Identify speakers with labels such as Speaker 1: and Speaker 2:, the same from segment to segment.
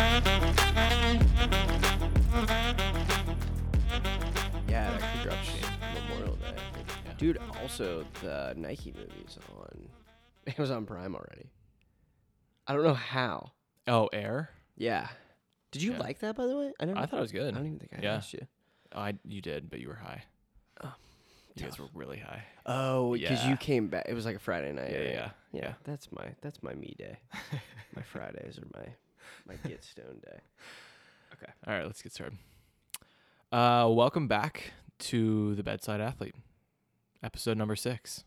Speaker 1: Yeah,
Speaker 2: Uh-huh.
Speaker 1: it actually drops in Memorial Day. Dude, also the Nike movies on Amazon Prime already. I don't know how.
Speaker 2: Oh, Air.
Speaker 1: Yeah. Did you
Speaker 2: Yeah.
Speaker 1: like that by the way? I don't
Speaker 2: I thought it was
Speaker 1: I
Speaker 2: good.
Speaker 1: don't even think I
Speaker 2: Yeah.
Speaker 1: asked you.
Speaker 2: Oh, I you did, but you were high.
Speaker 1: Oh,
Speaker 2: you guys were really high.
Speaker 1: Oh, because
Speaker 2: Yeah.
Speaker 1: you came back. It was like a Friday night.
Speaker 2: Yeah,
Speaker 1: right?
Speaker 2: yeah,
Speaker 1: yeah.
Speaker 2: yeah.
Speaker 1: That's my that's my me day. my Fridays are my my get stoned day.
Speaker 2: All right, let's get started. Uh, welcome back to the Bedside Athlete, episode number six.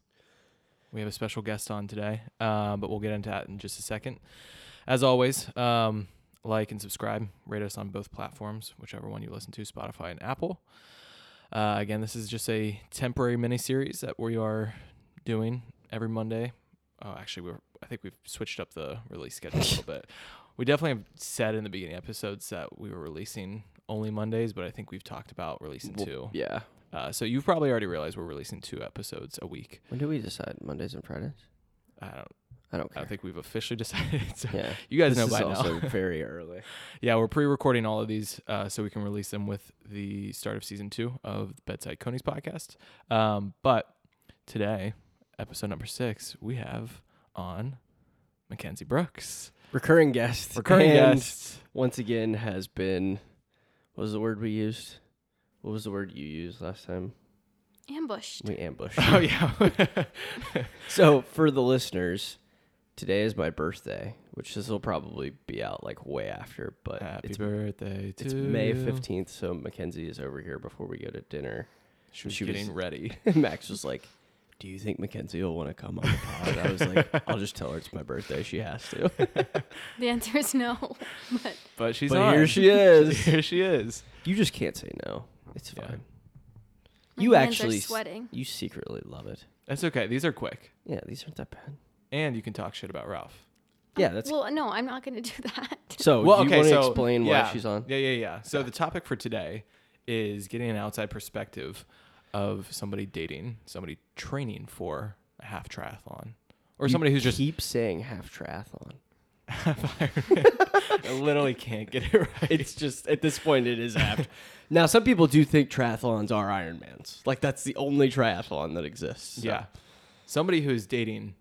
Speaker 2: We have a special guest on today, uh, but we'll get into that in just a second. As always, um, like and subscribe, rate us on both platforms, whichever one you listen to, Spotify and Apple. Uh, again, this is just a temporary mini series that we are doing every Monday. Oh, actually, we're I think we've switched up the release schedule a little bit. We definitely have said in the beginning episodes that we were releasing only Mondays, but I think we've talked about releasing
Speaker 1: Well,
Speaker 2: two.
Speaker 1: Yeah.
Speaker 2: Uh, so you've probably already realized we're releasing two episodes a week.
Speaker 1: When do we decide Mondays and Fridays?
Speaker 2: I don't,
Speaker 1: I don't care.
Speaker 2: I don't think we've officially decided. So
Speaker 1: yeah.
Speaker 2: You guys
Speaker 1: This
Speaker 2: know
Speaker 1: is
Speaker 2: by
Speaker 1: also
Speaker 2: now.
Speaker 1: very early.
Speaker 2: yeah, we're pre-recording all of these uh, so we can release them with the start of season two of the Bedside Coney's podcast. Um, but today, episode number six, we have on Mackenzie Brooks,
Speaker 1: Recurring guest.
Speaker 2: recurring
Speaker 1: and
Speaker 2: guest.
Speaker 1: Once again, has been. What was the word we used? What was the word you used last time?
Speaker 3: Ambushed.
Speaker 1: We ambushed.
Speaker 2: Oh yeah.
Speaker 1: so for the listeners, today is my birthday, which this will probably be out like way after, but
Speaker 2: Happy
Speaker 1: it's
Speaker 2: birthday to
Speaker 1: It's May
Speaker 2: you.
Speaker 1: 15th, so Mackenzie is over here before we go to dinner.
Speaker 2: She was
Speaker 1: She was-
Speaker 2: getting ready.
Speaker 1: Max was like, Do you think Mackenzie will want to come on the pod? I was like, I'll just tell her it's my birthday. She has to.
Speaker 3: The answer is no.
Speaker 2: But she's
Speaker 1: but
Speaker 2: on.
Speaker 1: here she is.
Speaker 2: here she is.
Speaker 1: you just can't say no. It's
Speaker 2: Yeah.
Speaker 1: fine.
Speaker 3: My
Speaker 1: You
Speaker 3: hands
Speaker 1: actually
Speaker 3: are
Speaker 1: s-
Speaker 3: sweating.
Speaker 1: You secretly love it.
Speaker 2: That's okay. These are quick.
Speaker 1: Yeah, these aren't that bad.
Speaker 2: And you can talk shit about Ralph.
Speaker 1: Yeah, that's
Speaker 3: Oh, Well, no, I'm not going to do that.
Speaker 1: so.
Speaker 2: well,
Speaker 1: Oh, do you
Speaker 2: okay,
Speaker 1: want to
Speaker 2: so,
Speaker 1: explain
Speaker 2: yeah.
Speaker 1: why she's on?
Speaker 2: Yeah, yeah, yeah. So the topic for today is getting an outside perspective of somebody dating, somebody training for a half triathlon, or
Speaker 1: You
Speaker 2: somebody who's just
Speaker 1: keep saying half triathlon.
Speaker 2: half I literally can't get it right.
Speaker 1: It's just at this point it is half. now some people do think triathlons are Ironmans. Like that's the only triathlon that exists. so.
Speaker 2: Yeah. Somebody who's dating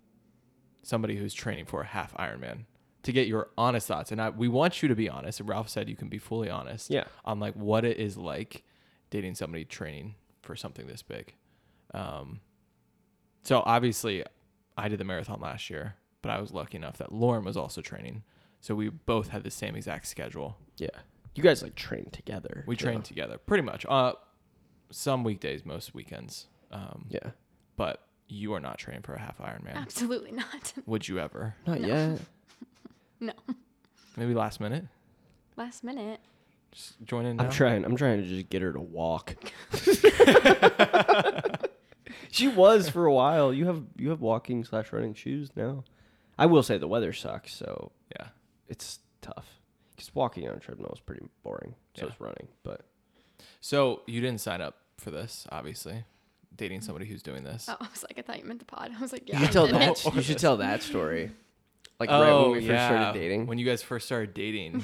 Speaker 2: somebody who's training for a half Ironman to get your honest thoughts. And I, we want you to be honest. And Ralph said you can be fully honest
Speaker 1: Yeah.
Speaker 2: on like what it is like dating somebody training for something this big. Um, so obviously I did the marathon last year, but I was lucky enough that Lauren was also training. So we both had the same exact schedule.
Speaker 1: Yeah. You guys like train together.
Speaker 2: We
Speaker 1: yeah.
Speaker 2: trained together pretty much. Uh, some weekdays, most weekends. Um,
Speaker 1: Yeah.
Speaker 2: But you are not training for a half Ironman.
Speaker 3: Absolutely not.
Speaker 2: Would you ever?
Speaker 1: Not
Speaker 3: No.
Speaker 1: yet.
Speaker 3: No.
Speaker 2: Maybe last minute?
Speaker 3: Last minute.
Speaker 2: Just join in.
Speaker 1: I'm
Speaker 2: now?
Speaker 1: trying. I'm trying to just get her to walk. she was for a while. You have you have walking slash running shoes now. I will say the weather sucks, so
Speaker 2: Yeah.
Speaker 1: it's tough. Because walking on a treadmill is pretty boring. So
Speaker 2: Yeah.
Speaker 1: it's running, but
Speaker 2: So you didn't sign up for this, obviously. Dating somebody who's doing this.
Speaker 3: Oh, I was like, I thought you meant the pod. I was like, yeah.
Speaker 1: you
Speaker 3: I
Speaker 1: should tell
Speaker 3: did it.
Speaker 1: that. You should tell that story. Like right when we first started dating.
Speaker 2: Oh, When you guys first started dating,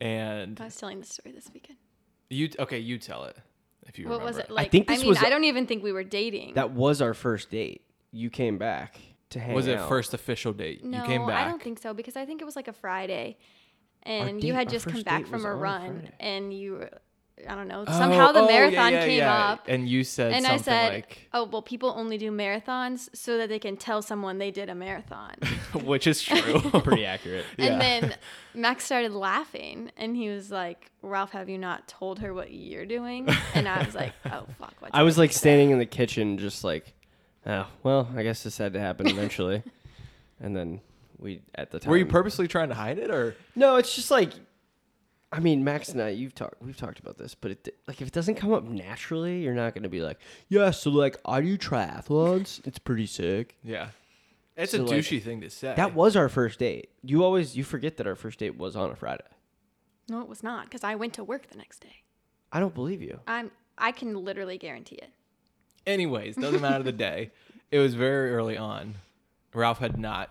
Speaker 2: and
Speaker 3: I was telling the story this weekend.
Speaker 2: you okay, you tell it if you
Speaker 3: What
Speaker 2: remember.
Speaker 3: was it like? I,
Speaker 1: think this
Speaker 3: mean,
Speaker 1: was-
Speaker 3: I don't even think we were dating.
Speaker 1: that was our first date. You came back to hang.
Speaker 2: Was it
Speaker 1: out.
Speaker 2: first official date?
Speaker 3: no,
Speaker 2: you came back.
Speaker 3: I don't think so because I think it was like a Friday, and
Speaker 1: date-
Speaker 3: you had
Speaker 1: our
Speaker 3: just come
Speaker 1: first
Speaker 3: back
Speaker 1: date was
Speaker 3: from a
Speaker 1: on a
Speaker 3: run,
Speaker 1: Friday.
Speaker 3: and you, were, I don't know,
Speaker 2: Oh,
Speaker 3: somehow the
Speaker 2: oh, yeah,
Speaker 3: marathon
Speaker 2: yeah,
Speaker 3: came
Speaker 2: yeah.
Speaker 3: up.
Speaker 2: and you said
Speaker 3: and I
Speaker 2: something
Speaker 3: said,
Speaker 2: like,
Speaker 3: "Oh well, people only do marathons so that they can tell someone they did a marathon."
Speaker 2: which is true.
Speaker 1: Pretty accurate.
Speaker 2: Yeah.
Speaker 3: And then Max started laughing, and he was like, "Ralph, have you not told her what you're doing?" And I was like, "Oh fuck!" What's
Speaker 1: I was like standing in the kitchen, just like, oh, well, I guess this had to happen eventually. and then we, at the time,
Speaker 2: Were you purposely trying to hide it, or
Speaker 1: No, it's just like, I mean, Max and I, you've talked, we've talked about this, but it, like, if it doesn't come up naturally, you're not gonna be like, yeah, so like, I do triathlons. It's pretty sick.
Speaker 2: yeah? It's
Speaker 1: So,
Speaker 2: a
Speaker 1: like,
Speaker 2: douchey thing to say.
Speaker 1: That was our first date. You always, you forget that our first date was on a Friday.
Speaker 3: no, it was not because I went to work the next day.
Speaker 1: I don't believe you.
Speaker 3: I'm I can literally guarantee it.
Speaker 2: Anyways, doesn't matter the day. It was very early on. Ralph had not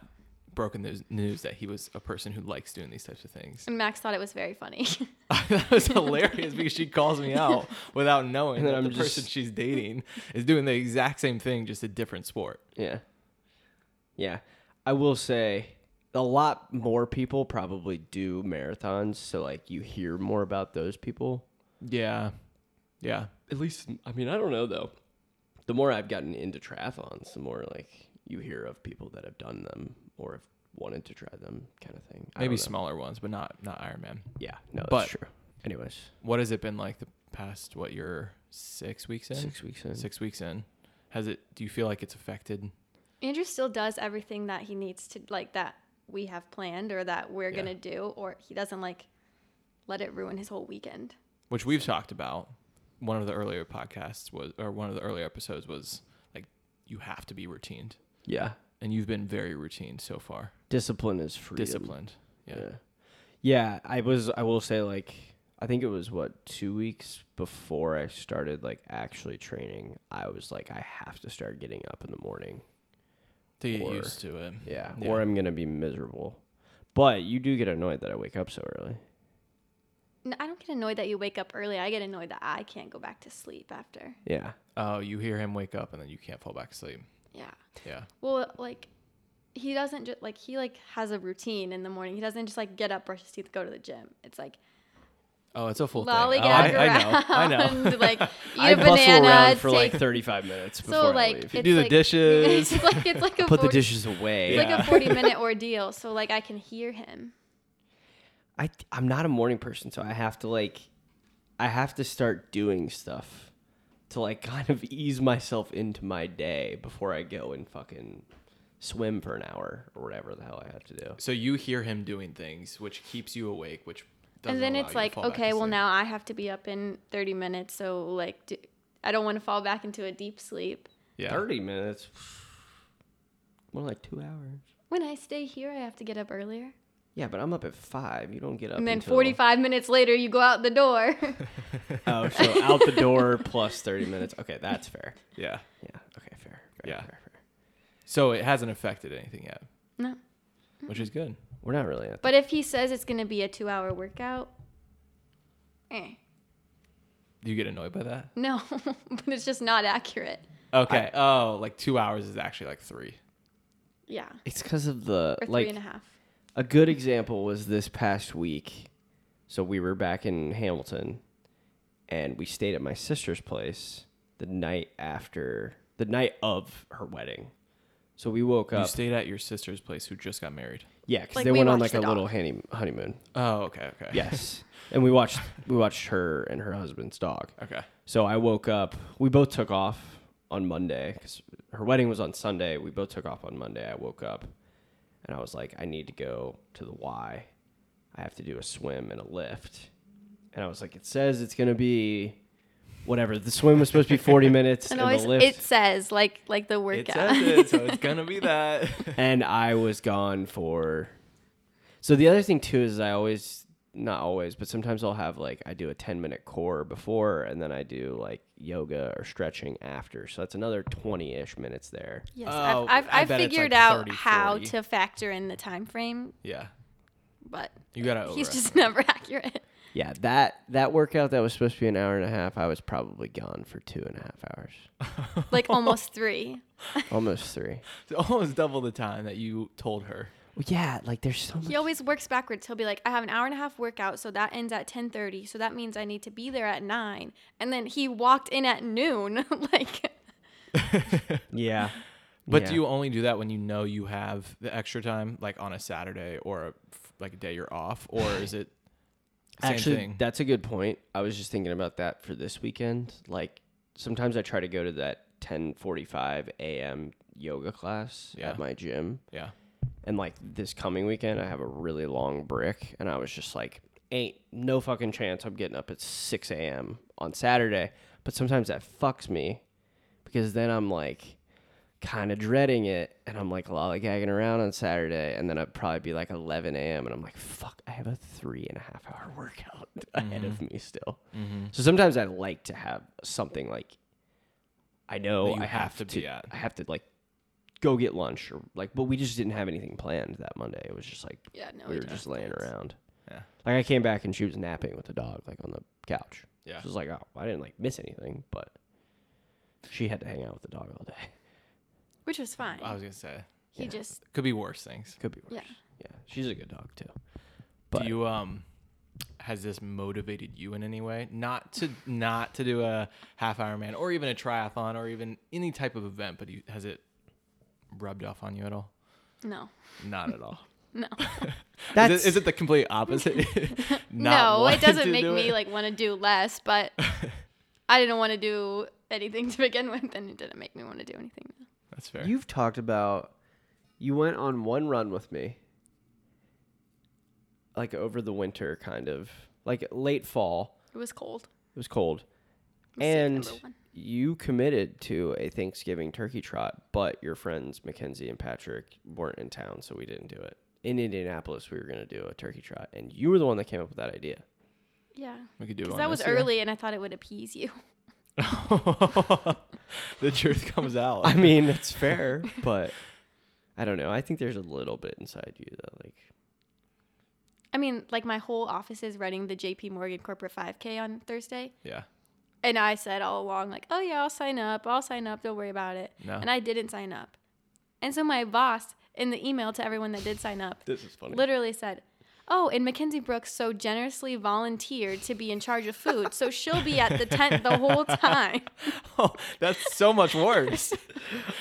Speaker 2: broken the news that he was a person who likes doing these types of things.
Speaker 3: And Max thought it was very funny.
Speaker 2: that was hilarious because she calls me out without knowing
Speaker 1: And then
Speaker 2: that
Speaker 1: I'm
Speaker 2: the
Speaker 1: just-
Speaker 2: person she's dating is doing the exact same thing, just a different sport.
Speaker 1: Yeah. Yeah. I will say a lot more people probably do marathons, so like you hear more about those people.
Speaker 2: Yeah. Yeah.
Speaker 1: At least I mean, I don't know though. The more I've gotten into triathlons, the more like you hear of people that have done them or have wanted to try them kind of thing. I
Speaker 2: Maybe
Speaker 1: don't know.
Speaker 2: smaller ones, but not not Ironman.
Speaker 1: Yeah, no, that's
Speaker 2: but-
Speaker 1: true. Anyways,
Speaker 2: What has it been like the past what you're 6 weeks in?
Speaker 1: six weeks in.
Speaker 2: 6 weeks in. Has it do you feel like it's affected
Speaker 3: Andrew still does everything that he needs to like that we have planned or that we're
Speaker 2: Yeah.
Speaker 3: gonna do, or he doesn't like let it ruin his whole weekend.
Speaker 2: which we've talked about one of the earlier podcasts was or one of the earlier episodes was like you have to be routined
Speaker 1: Yeah,
Speaker 2: and you've been very routine so far
Speaker 1: discipline is free.
Speaker 2: disciplined yeah.
Speaker 1: yeah. Yeah, I was I will say like I think it was what 2 weeks before I started like actually training, I was like I have to start getting up in the morning.
Speaker 2: to get
Speaker 1: Or-
Speaker 2: used to it
Speaker 1: Yeah,
Speaker 2: Yeah.
Speaker 1: or I'm going to be miserable. But you do get annoyed that I wake up so early.
Speaker 3: No, I don't get annoyed that you wake up early. I get annoyed that I can't go back to sleep after.
Speaker 1: Yeah.
Speaker 2: oh you hear him wake up and then you can't fall back asleep
Speaker 3: Yeah.
Speaker 2: yeah
Speaker 3: Well, like he doesn't just like he like has a routine in the morning. He doesn't just like get up, brush his teeth, go to the gym. It's like
Speaker 2: oh it's a full thing oh,
Speaker 3: lollygag
Speaker 2: I,
Speaker 3: around,
Speaker 2: I know i know
Speaker 3: like eat
Speaker 1: I
Speaker 3: a
Speaker 1: bustle
Speaker 3: banana,
Speaker 1: around for like
Speaker 3: take-
Speaker 1: 35 minutes before
Speaker 3: so
Speaker 1: I
Speaker 3: like
Speaker 1: leave.
Speaker 3: it's
Speaker 2: do the
Speaker 3: like-
Speaker 2: dishes.
Speaker 3: it's like it's like a
Speaker 1: Put the
Speaker 3: 40
Speaker 1: dishes away.
Speaker 3: It's like
Speaker 2: Yeah.
Speaker 3: a 40 minute ordeal. So, like, I can hear him.
Speaker 1: I I'm not a morning person, so I have to like I have to start doing stuff to like kind of ease myself into my day before I go and fucking swim for an hour or whatever the hell I have to do.
Speaker 2: so you hear him doing things which keeps you awake which doesn't
Speaker 3: And then
Speaker 2: allow you
Speaker 3: it's
Speaker 2: to
Speaker 3: like,
Speaker 2: fall back
Speaker 3: okay, well,
Speaker 2: asleep.
Speaker 3: now I have to be up in 30 minutes. So, like, do, I don't want to fall back into a deep sleep.
Speaker 2: yeah
Speaker 1: 30 minutes. More like 2 hours.
Speaker 3: When I stay here, I have to get up earlier.
Speaker 1: Yeah, but I'm up at 5. You don't get up
Speaker 3: and then
Speaker 1: until-
Speaker 3: 45 minutes later, you go out the door.
Speaker 1: Oh, so out the door plus 30 minutes. Okay, that's fair.
Speaker 2: yeah
Speaker 1: Yeah. Okay, fair. fair
Speaker 2: Yeah.
Speaker 1: Fair, fair.
Speaker 2: so it hasn't affected anything yet
Speaker 3: no.
Speaker 2: which is good
Speaker 1: We're not really at
Speaker 3: But if he says it's going to be a two hour workout, eh,
Speaker 2: do you get annoyed by that
Speaker 3: no, but it's just not accurate.
Speaker 2: okay oh like two hours is actually like three
Speaker 3: Yeah.
Speaker 1: It's because of the
Speaker 3: Or three
Speaker 1: like
Speaker 3: and a half.
Speaker 1: A good example was this past week. So we were back in Hamilton and we stayed at my sister's place the night after the night of her wedding. So we woke
Speaker 2: You
Speaker 1: up.
Speaker 2: stayed at your sister's place who just got married.
Speaker 1: yeah, because
Speaker 3: Like,
Speaker 1: they
Speaker 3: we
Speaker 1: went on like
Speaker 3: watched
Speaker 1: a
Speaker 3: the
Speaker 1: little
Speaker 3: dog.
Speaker 1: honey- honeymoon.
Speaker 2: Oh, okay, okay.
Speaker 1: Yes. and we watched we watched her and her husband's dog.
Speaker 2: Okay.
Speaker 1: So I woke up. We both took off on Monday because her wedding was on Sunday. We both took off on Monday. I woke up and I was like, I need to go to the Y. I have to do a swim and a lift. And I was like, it says it's going to be whatever. The swim was supposed to be 40 minutes
Speaker 3: And
Speaker 1: and,
Speaker 3: always,
Speaker 1: the lift.
Speaker 3: it says, like, like the workout.
Speaker 2: It says it, so it's gonna be that.
Speaker 1: and I was gone for. So the other thing too is I always not always, but sometimes I'll have like I do a ten minute core before, and then I do like yoga or stretching after. So that's another twenty ish minutes there.
Speaker 3: Yes,
Speaker 2: Oh,
Speaker 3: I've,
Speaker 2: I
Speaker 3: I've,
Speaker 2: bet
Speaker 3: I've
Speaker 2: it's
Speaker 3: figured
Speaker 2: like
Speaker 3: out
Speaker 2: 30,
Speaker 3: how
Speaker 2: 40.
Speaker 3: to factor in the time frame,
Speaker 2: yeah.
Speaker 3: but
Speaker 2: You gotta
Speaker 3: he's
Speaker 2: overestimate.
Speaker 3: just never accurate.
Speaker 1: Yeah, that that workout that was supposed to be an hour and a half, I was probably gone for two and a half hours,
Speaker 3: Like almost three.
Speaker 1: almost three.
Speaker 2: It's almost double the time that you told her.
Speaker 1: Well, yeah, like there's so much.
Speaker 3: He always works backwards. He'll be like, I have an hour and a half workout, so that ends at ten thirty. So that means I need to be there at nine. And then he walked in at noon. like
Speaker 1: yeah,
Speaker 2: But
Speaker 1: Yeah.
Speaker 2: do you only do that when you know you have the extra time, like on a Saturday or a, like a day you're off, or is it same
Speaker 1: Actually,
Speaker 2: thing?
Speaker 1: that's a good point. I was just thinking about that for this weekend. Like sometimes I try to go to that 10:45 a.m. yoga class
Speaker 2: Yeah.
Speaker 1: at my gym,
Speaker 2: yeah.
Speaker 1: and like this coming weekend I have a really long break, and I was just like, "Ain't no fucking chance I'm getting up at 6 a.m. on Saturday." But sometimes that fucks me because then I'm like, kind of dreading it, and I'm like lollygagging around on Saturday, and then it'd probably be like 11 a.m. and I'm like, fuck, I have a three and a half hour workout ahead of me still.
Speaker 2: Mm-hmm.
Speaker 1: So sometimes I like to have something like I know
Speaker 2: That you
Speaker 1: I have,
Speaker 2: have to be at.
Speaker 1: I have to like go get lunch or like, but we just didn't have anything planned that Monday. It was just like
Speaker 3: Yeah, no,
Speaker 1: we
Speaker 3: we
Speaker 1: were
Speaker 3: don't.
Speaker 1: just laying around.
Speaker 2: Yeah.
Speaker 1: Like I came back and she was napping with the dog, like on the couch.
Speaker 2: Yeah.
Speaker 1: She was like, oh, I didn't like miss anything, but she had to hang out with the dog all day.
Speaker 3: which was fine.
Speaker 2: I was gonna say
Speaker 3: he
Speaker 1: yeah.
Speaker 3: just
Speaker 2: could be worse things.
Speaker 1: Could be worse.
Speaker 3: yeah.
Speaker 1: Yeah. She's a good dog too. But
Speaker 2: do you um has this motivated you in any way not to not to do a half hour man or even a triathlon or even any type of event but do you, has it rubbed off on you at all
Speaker 3: No,
Speaker 2: not at all
Speaker 3: no,
Speaker 2: is
Speaker 1: that's
Speaker 2: it, is it the complete opposite Not
Speaker 3: no. It
Speaker 2: wanting
Speaker 3: doesn't
Speaker 2: to
Speaker 3: make
Speaker 2: do
Speaker 3: me
Speaker 2: it?
Speaker 3: like want to do less, but I didn't want to do anything to begin with, and it didn't make me want to do anything.
Speaker 2: that's fair
Speaker 1: You've talked about you went on one run with me like over the winter kind of like late fall.
Speaker 3: It was cold.
Speaker 1: It was cold.
Speaker 3: Mistake
Speaker 1: and
Speaker 3: number one.
Speaker 1: you committed to a Thanksgiving turkey trot, but your friends Mackenzie and Patrick weren't in town, so we didn't do it. In Indianapolis, we were going to do a turkey trot, and you were the one that came up with that idea.
Speaker 3: yeah,
Speaker 2: we could do it
Speaker 3: because
Speaker 2: on
Speaker 3: that was
Speaker 2: this year.
Speaker 3: early, and I thought it would appease you.
Speaker 2: the truth comes out
Speaker 1: I mean, it's fair, but I don't know. I think there's a little bit inside you that like
Speaker 3: I mean, like my whole office is running the J.P. Morgan Corporate 5K on Thursday,
Speaker 2: yeah
Speaker 3: and I said all along, like, "Oh yeah, I'll sign up. I'll sign up. Don't worry about it."
Speaker 2: no
Speaker 3: And I didn't sign up, and so my boss in the email to everyone that did sign up
Speaker 1: this is funny.
Speaker 3: literally said, "Oh, and Mackenzie Brooks so generously volunteered to be in charge of food, so she'll be at the tent the whole time."
Speaker 2: oh, that's so much worse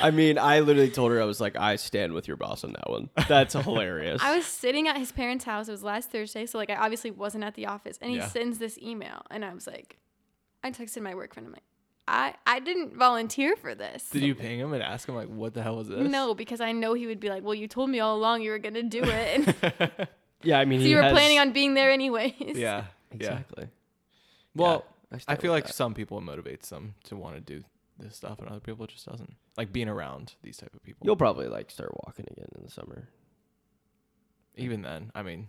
Speaker 1: I mean, I literally told her I was like, I stand with your boss on that one. That's hilarious.
Speaker 3: I was sitting at his parents' house. It was last Thursday, so like I obviously wasn't at the office, and he
Speaker 2: Yeah.
Speaker 3: sends this email, and I was like, I texted my work friend. I'm like, I I didn't volunteer for this.
Speaker 2: did you ping him and ask him like what the hell was this
Speaker 3: No, because I know he would be like, "Well, you told me all along you were gonna do it, and so
Speaker 1: yeah, I mean, he
Speaker 3: you were
Speaker 1: has-
Speaker 3: planning on being there anyways."
Speaker 2: yeah yeah
Speaker 1: exactly.
Speaker 2: well
Speaker 1: Yeah,
Speaker 2: I
Speaker 1: stand
Speaker 2: feel
Speaker 1: with
Speaker 2: like
Speaker 1: that.
Speaker 2: some people it motivates them to want to do this stuff, and other people it just doesn't. Like being around these type of people.
Speaker 1: you'll probably like start walking again in the summer.
Speaker 2: Even then, I mean,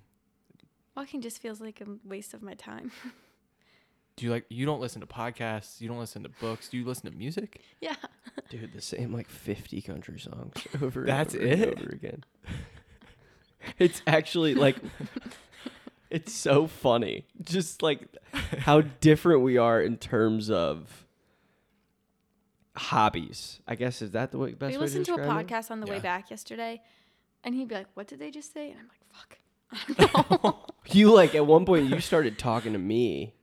Speaker 3: Walking just feels like a waste of my time.
Speaker 2: do you like you don't listen to podcasts, you don't listen to books, do you listen to music?
Speaker 3: Yeah.
Speaker 1: Dude, the same like 50 country songs over and
Speaker 2: That's
Speaker 1: over and
Speaker 2: it?
Speaker 1: over again. It's actually like it's so funny. Just like how different we are in terms of hobbies. I guess is that the way, best way
Speaker 3: we
Speaker 1: to
Speaker 3: listened to, a
Speaker 1: describe it?
Speaker 3: podcast on the way
Speaker 2: Yeah.
Speaker 3: back yesterday, and he'd be like, "What did they just say?" And I'm like, "Fuck, I don't know."
Speaker 1: You like at one point you started talking to me,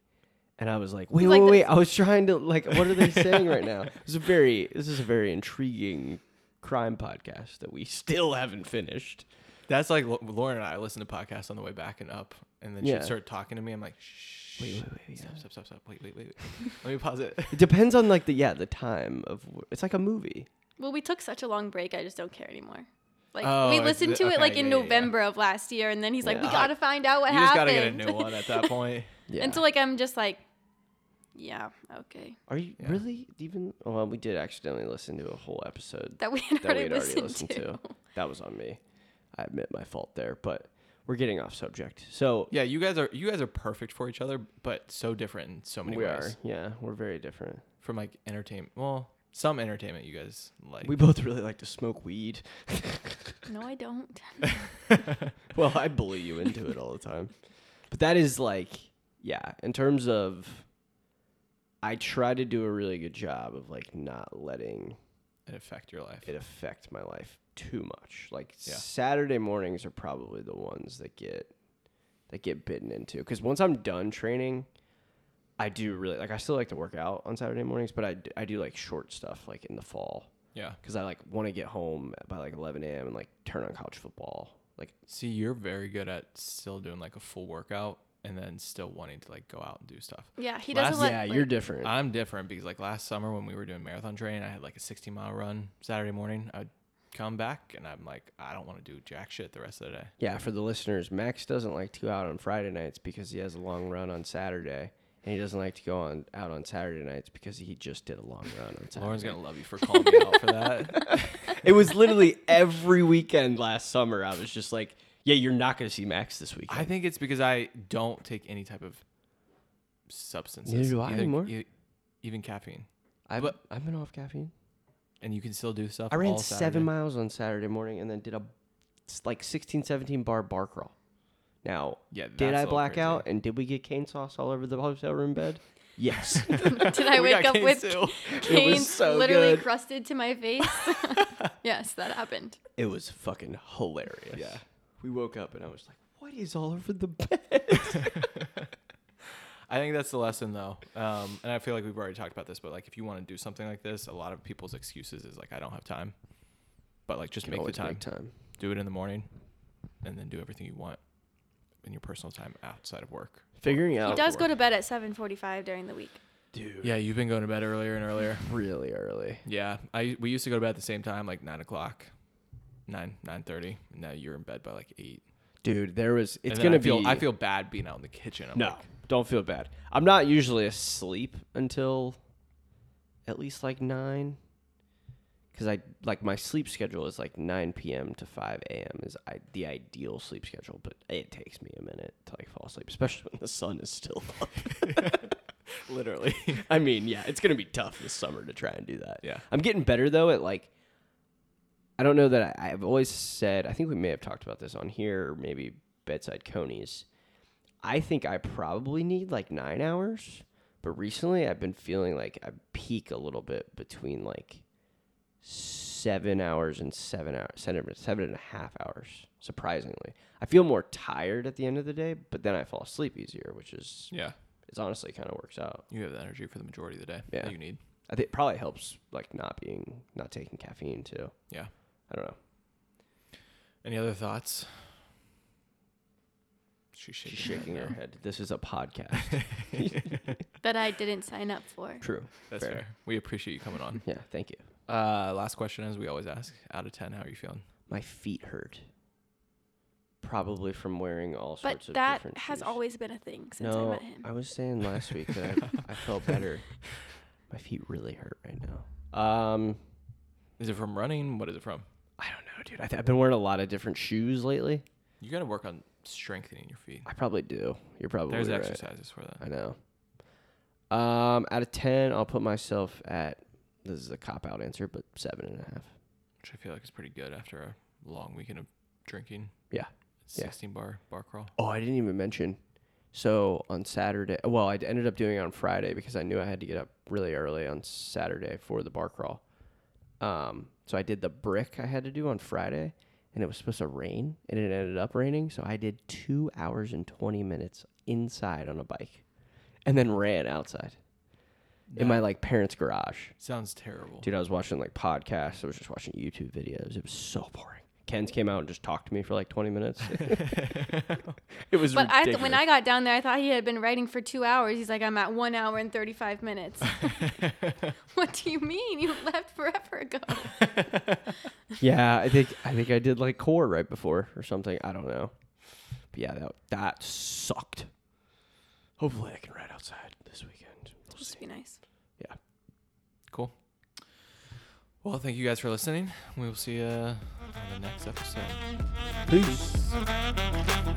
Speaker 1: and I was like, wait,
Speaker 3: like
Speaker 1: wait,
Speaker 3: the-
Speaker 1: wait. I was trying to like, what are they saying right now? This is a very, this is a very intriguing crime podcast that we still haven't finished.
Speaker 2: That's like Lo- Lauren and I listen to podcasts on the way back and up, and then
Speaker 1: Yeah.
Speaker 2: she started talking to me. I'm like, shh,
Speaker 1: Wait, wait, wait,
Speaker 2: stop,
Speaker 1: yeah.
Speaker 2: stop, stop, stop, wait, wait, wait. wait. Let me pause it.
Speaker 1: It depends on like the yeah the time of wh- it's like a movie.
Speaker 3: well, we took such a long break. I just don't care anymore. Like
Speaker 2: Oh,
Speaker 3: we
Speaker 2: it's
Speaker 3: listened
Speaker 2: the-
Speaker 3: to it
Speaker 2: okay,
Speaker 3: like in
Speaker 2: yeah, yeah, yeah.
Speaker 3: November of last year, and then he's like, "We
Speaker 1: Yeah.
Speaker 3: gotta find out what
Speaker 2: you just
Speaker 3: happened."
Speaker 2: gotta get a new one at that point.
Speaker 1: Yeah.
Speaker 3: And so like I'm just like, yeah, okay,
Speaker 1: Are you
Speaker 2: Yeah.
Speaker 1: really even? oh, Well, we did accidentally listen to a whole episode
Speaker 3: that we had
Speaker 1: that
Speaker 3: already,
Speaker 1: we'd already
Speaker 3: listened,
Speaker 1: listened
Speaker 3: to.
Speaker 1: to. That was on me. I admit my fault there, but we're getting off subject. So
Speaker 2: Yeah, you guys are you guys are perfect for each other, but so different in so many
Speaker 1: we
Speaker 2: ways.
Speaker 1: are. Yeah, we're very different.
Speaker 2: From like entertainment, well, some entertainment you guys like.
Speaker 1: We both really like to smoke weed.
Speaker 3: No, I don't.
Speaker 1: well, I bully you into it all the time. But that is like, yeah, in terms of I try to do a really good job of like not letting
Speaker 2: it affect your life.
Speaker 1: it affect my life too much. Like
Speaker 2: Yeah.
Speaker 1: Saturday mornings are probably the ones that get that get bitten into cuz once I'm done training, I do really like I still like to work out on Saturday mornings, but I d- I do like short stuff like in the fall
Speaker 2: Yeah.
Speaker 1: because I like want to get home by like 11 a.m. and like turn on college football. Like,
Speaker 2: See, you're very good at still doing like a full workout and then still wanting to like go out and do stuff.
Speaker 3: Yeah, he
Speaker 2: Last-
Speaker 3: doesn't let.
Speaker 1: yeah,
Speaker 3: like-
Speaker 1: you're different.
Speaker 2: I'm different because like last summer when we were doing marathon training, I had like a 16 mile run Saturday morning. I'd come back and I'm like, I don't want to do jack shit the rest of the day.
Speaker 1: yeah, for the listeners, Max doesn't like to go out on Friday nights because he has a long run on Saturday, and he doesn't like to go on out on Saturday nights because he just did a long run on Saturday.
Speaker 2: Lauren's gonna love you for calling me out for that.
Speaker 1: it was literally every weekend last summer. I was just like, yeah, you're not gonna see Max this weekend.
Speaker 2: I think it's because I don't take any type of substances.
Speaker 1: Neither do I
Speaker 2: either-
Speaker 1: anymore.
Speaker 2: e- even caffeine.
Speaker 1: I've,
Speaker 2: But-
Speaker 1: I've been off caffeine.
Speaker 2: And you can still do stuff.
Speaker 1: I ran
Speaker 2: all
Speaker 1: seven
Speaker 2: Saturday.
Speaker 1: miles on Saturday morning and then did a s- like 16, 17 bar bar crawl. Now,
Speaker 2: Yeah,
Speaker 1: did
Speaker 2: that's a
Speaker 1: I
Speaker 2: little
Speaker 1: black
Speaker 2: crazy.
Speaker 1: out and did we get cane sauce all over the hotel room bed? Yes.
Speaker 3: Did I
Speaker 2: We
Speaker 3: wake
Speaker 2: got
Speaker 3: up
Speaker 2: cane
Speaker 3: with
Speaker 2: too.
Speaker 1: It was
Speaker 3: canes
Speaker 1: so
Speaker 3: literally
Speaker 1: good.
Speaker 3: crusted to my face? yes, that happened.
Speaker 1: it was fucking hilarious.
Speaker 2: Yeah.
Speaker 1: We woke up and I was like, what is all over the bed?
Speaker 2: I think that's the lesson, though. Um, and I feel like we've already talked about this, but like if you want to do something like this, a lot of people's excuses is like I don't have time. But like just make the
Speaker 1: Always
Speaker 2: time.
Speaker 1: time.
Speaker 2: Do it in the morning, and then do everything you want in your personal time outside of work.
Speaker 1: Figuring out.
Speaker 3: He does go to bed at 7:45 during the week.
Speaker 1: Dude,
Speaker 2: Yeah, you've been going to bed earlier and earlier.
Speaker 1: really early.
Speaker 2: Yeah, I we used to go to bed at the same time, like nine o'clock, nine nine thirty. Now you're in bed by like eight.
Speaker 1: Dude, there was. It's
Speaker 2: And then
Speaker 1: gonna
Speaker 2: I feel,
Speaker 1: be.
Speaker 2: I feel bad being out in the kitchen. I'm
Speaker 1: No,
Speaker 2: like,
Speaker 1: don't feel bad. I'm not usually asleep until at least like nine, because I like my sleep schedule is like 9 p.m. to 5 a.m. is I, the ideal sleep schedule, but it takes me a minute to like fall asleep, especially when the sun is still up.
Speaker 2: literally.
Speaker 1: I mean, yeah, it's gonna be tough this summer to try and do that.
Speaker 2: Yeah.
Speaker 1: I'm getting better though at like. I don't know that I, I've always said. I think we may have talked about this on here, or maybe bedside conies. I think I probably need like nine hours, but recently I've been feeling like I peak a little bit between like seven hours and seven hours, seven, seven and a half hours. Surprisingly, I feel more tired at the end of the day, but then I fall asleep easier, which is
Speaker 2: yeah,
Speaker 1: it's honestly kind of works out.
Speaker 2: you have the energy for the majority of the day.
Speaker 1: Yeah.
Speaker 2: that you need.
Speaker 1: I think it probably helps like not being not taking caffeine too.
Speaker 2: Yeah.
Speaker 1: I don't know.
Speaker 2: Any other thoughts? She's shaking,
Speaker 1: She's shaking her
Speaker 2: head.
Speaker 1: head. This is a podcast.
Speaker 3: That I didn't sign up for.
Speaker 1: True.
Speaker 2: That's fair. We appreciate you coming on.
Speaker 1: Yeah, thank you.
Speaker 2: Uh, last question, as we always ask, out of ten, how are you feeling?
Speaker 1: My feet hurt. Probably from wearing all
Speaker 3: But
Speaker 1: sorts of
Speaker 3: that
Speaker 1: different
Speaker 3: has
Speaker 1: shoes.
Speaker 3: always been a thing since I
Speaker 1: No,
Speaker 3: met him.
Speaker 1: I was saying last week that I, I felt better. My feet really hurt right now. Um
Speaker 2: Is it from running? What is it from?
Speaker 1: I don't know, dude. I th- I've been wearing a lot of different shoes lately.
Speaker 2: You got to work on strengthening your feet.
Speaker 1: I probably do. You're probably
Speaker 2: There's
Speaker 1: Oh, right.
Speaker 2: exercises for that.
Speaker 1: I know. Um, out of ten, I'll put myself at this is a cop out answer, but seven and a half.
Speaker 2: which I feel like is pretty good after a long weekend of drinking.
Speaker 1: Yeah. Yeah.
Speaker 2: 16 bar bar crawl.
Speaker 1: Oh, I didn't even mention. So on Saturday, well, I ended up doing it on Friday because I knew I had to get up really early on Saturday for the bar crawl. Um, so I did the brick I had to do on Friday, and it was supposed to rain, and it ended up raining. So I did two hours and twenty minutes inside on a bike, and then ran outside in my like parents' garage.
Speaker 2: Sounds terrible.
Speaker 1: Dude, I was watching like podcasts. I was just watching YouTube videos. It was so boring. Ken's came out and just talked to me for like 20 minutes. it was
Speaker 3: But I
Speaker 1: ridiculous.
Speaker 3: th- when I got down there, I thought he had been writing for two hours. He's like, I'm at one hour and 35 minutes. what do you mean? You left forever ago.
Speaker 1: yeah, I think I think I did like core right before or something. I don't know. But yeah, that that sucked. Hopefully, I can ride outside this weekend. We'll
Speaker 3: Just
Speaker 1: see.
Speaker 3: be nice.
Speaker 2: Cool. Well, thank you guys for listening. We will see you on the next episode.
Speaker 1: Peace.